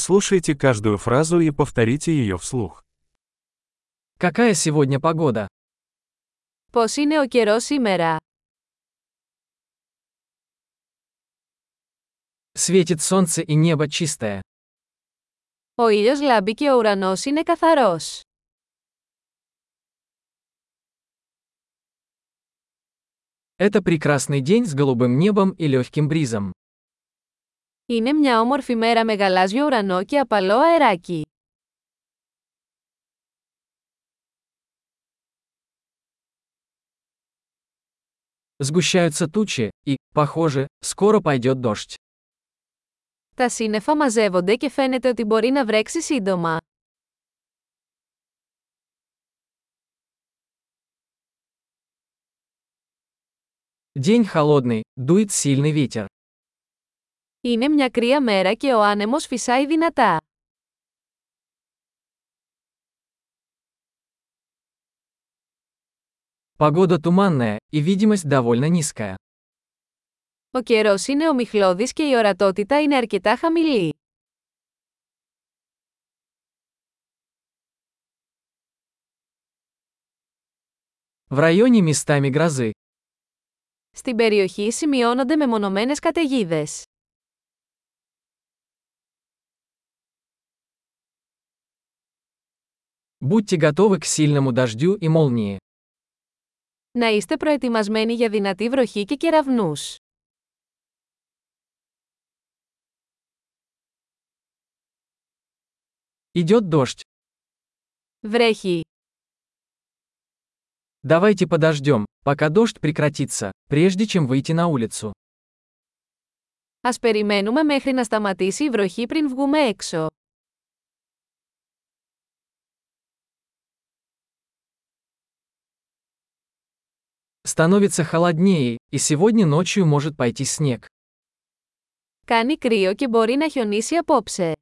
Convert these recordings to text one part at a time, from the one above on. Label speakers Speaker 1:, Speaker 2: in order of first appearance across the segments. Speaker 1: Прослушайте каждую фразу и повторите ее вслух.
Speaker 2: Какая сегодня погода?
Speaker 3: Πώς είναι ο καιρός σήμερα.
Speaker 2: Светит солнце и небо чистое.
Speaker 3: Ο ήλιος λάμπει και ο ουρανός είναι καθαρός.
Speaker 2: Это прекрасный день с голубым небом и легким бризом.
Speaker 3: Είναι μια όμορφη μέρα με γαλάζιο ουρανό και απαλό αεράκι.
Speaker 2: Сгущаются тучи, и, похоже, скоро пойдет дождь.
Speaker 3: Τα σύννεφα μαζεύονται και φαίνεται ότι μπορεί να βρέξει σύντομα.
Speaker 2: День холодный, дует сильный ветер.
Speaker 3: Είναι μια κρύα μέρα και ο άνεμος φυσάει δυνατά.
Speaker 2: Погода туманная, и видимость довольно низкая.
Speaker 3: Ο καιρός είναι ομιχλώδης και η ορατότητα είναι αρκετά χαμηλή.
Speaker 2: В районе местами грозы.
Speaker 3: Στην περιοχή σημειώνονται μεμονωμένες καταιγίδε.
Speaker 2: Будьте готовы к сильному дождю и молнии.
Speaker 3: Να είστε προετοιμασμένοι για δυνατή βροχή και κεραυνούς.
Speaker 2: Идет дождь.
Speaker 3: Βρέχει.
Speaker 2: Давайте подождем, пока дождь прекратится, прежде чем выйти на улицу.
Speaker 3: Ας περιμένουμε μέχρι να σταματήσει η βροχή πριν βγούμε έξω.
Speaker 2: Становится холоднее, и сегодня ночью может пойти снег.
Speaker 3: Κάνει κρύο και μπορεί να χιονίσει απόψε.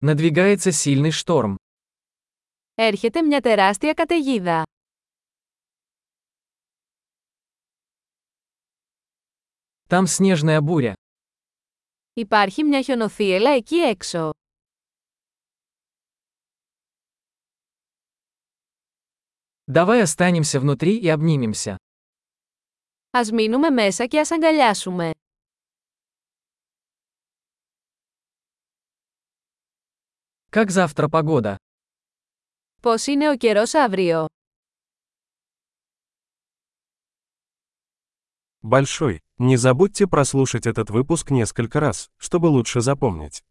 Speaker 2: Надвигается сильный шторм.
Speaker 3: Έρχεται μια τεράστια καταιγίδα.
Speaker 2: Там снежная буря.
Speaker 3: Υπάρχει μια χιονοθύελα εκεί έξω.
Speaker 2: Давай останемся внутри и обнимемся.
Speaker 3: Ας μείνουμε μέσα και ας αγκαλιάσουμε.
Speaker 2: Как завтра погода?
Speaker 3: Πώς είναι ο καιρός αύριο.
Speaker 1: Большой. Не забудьте прослушать этот выпуск несколько раз, чтобы лучше запомнить.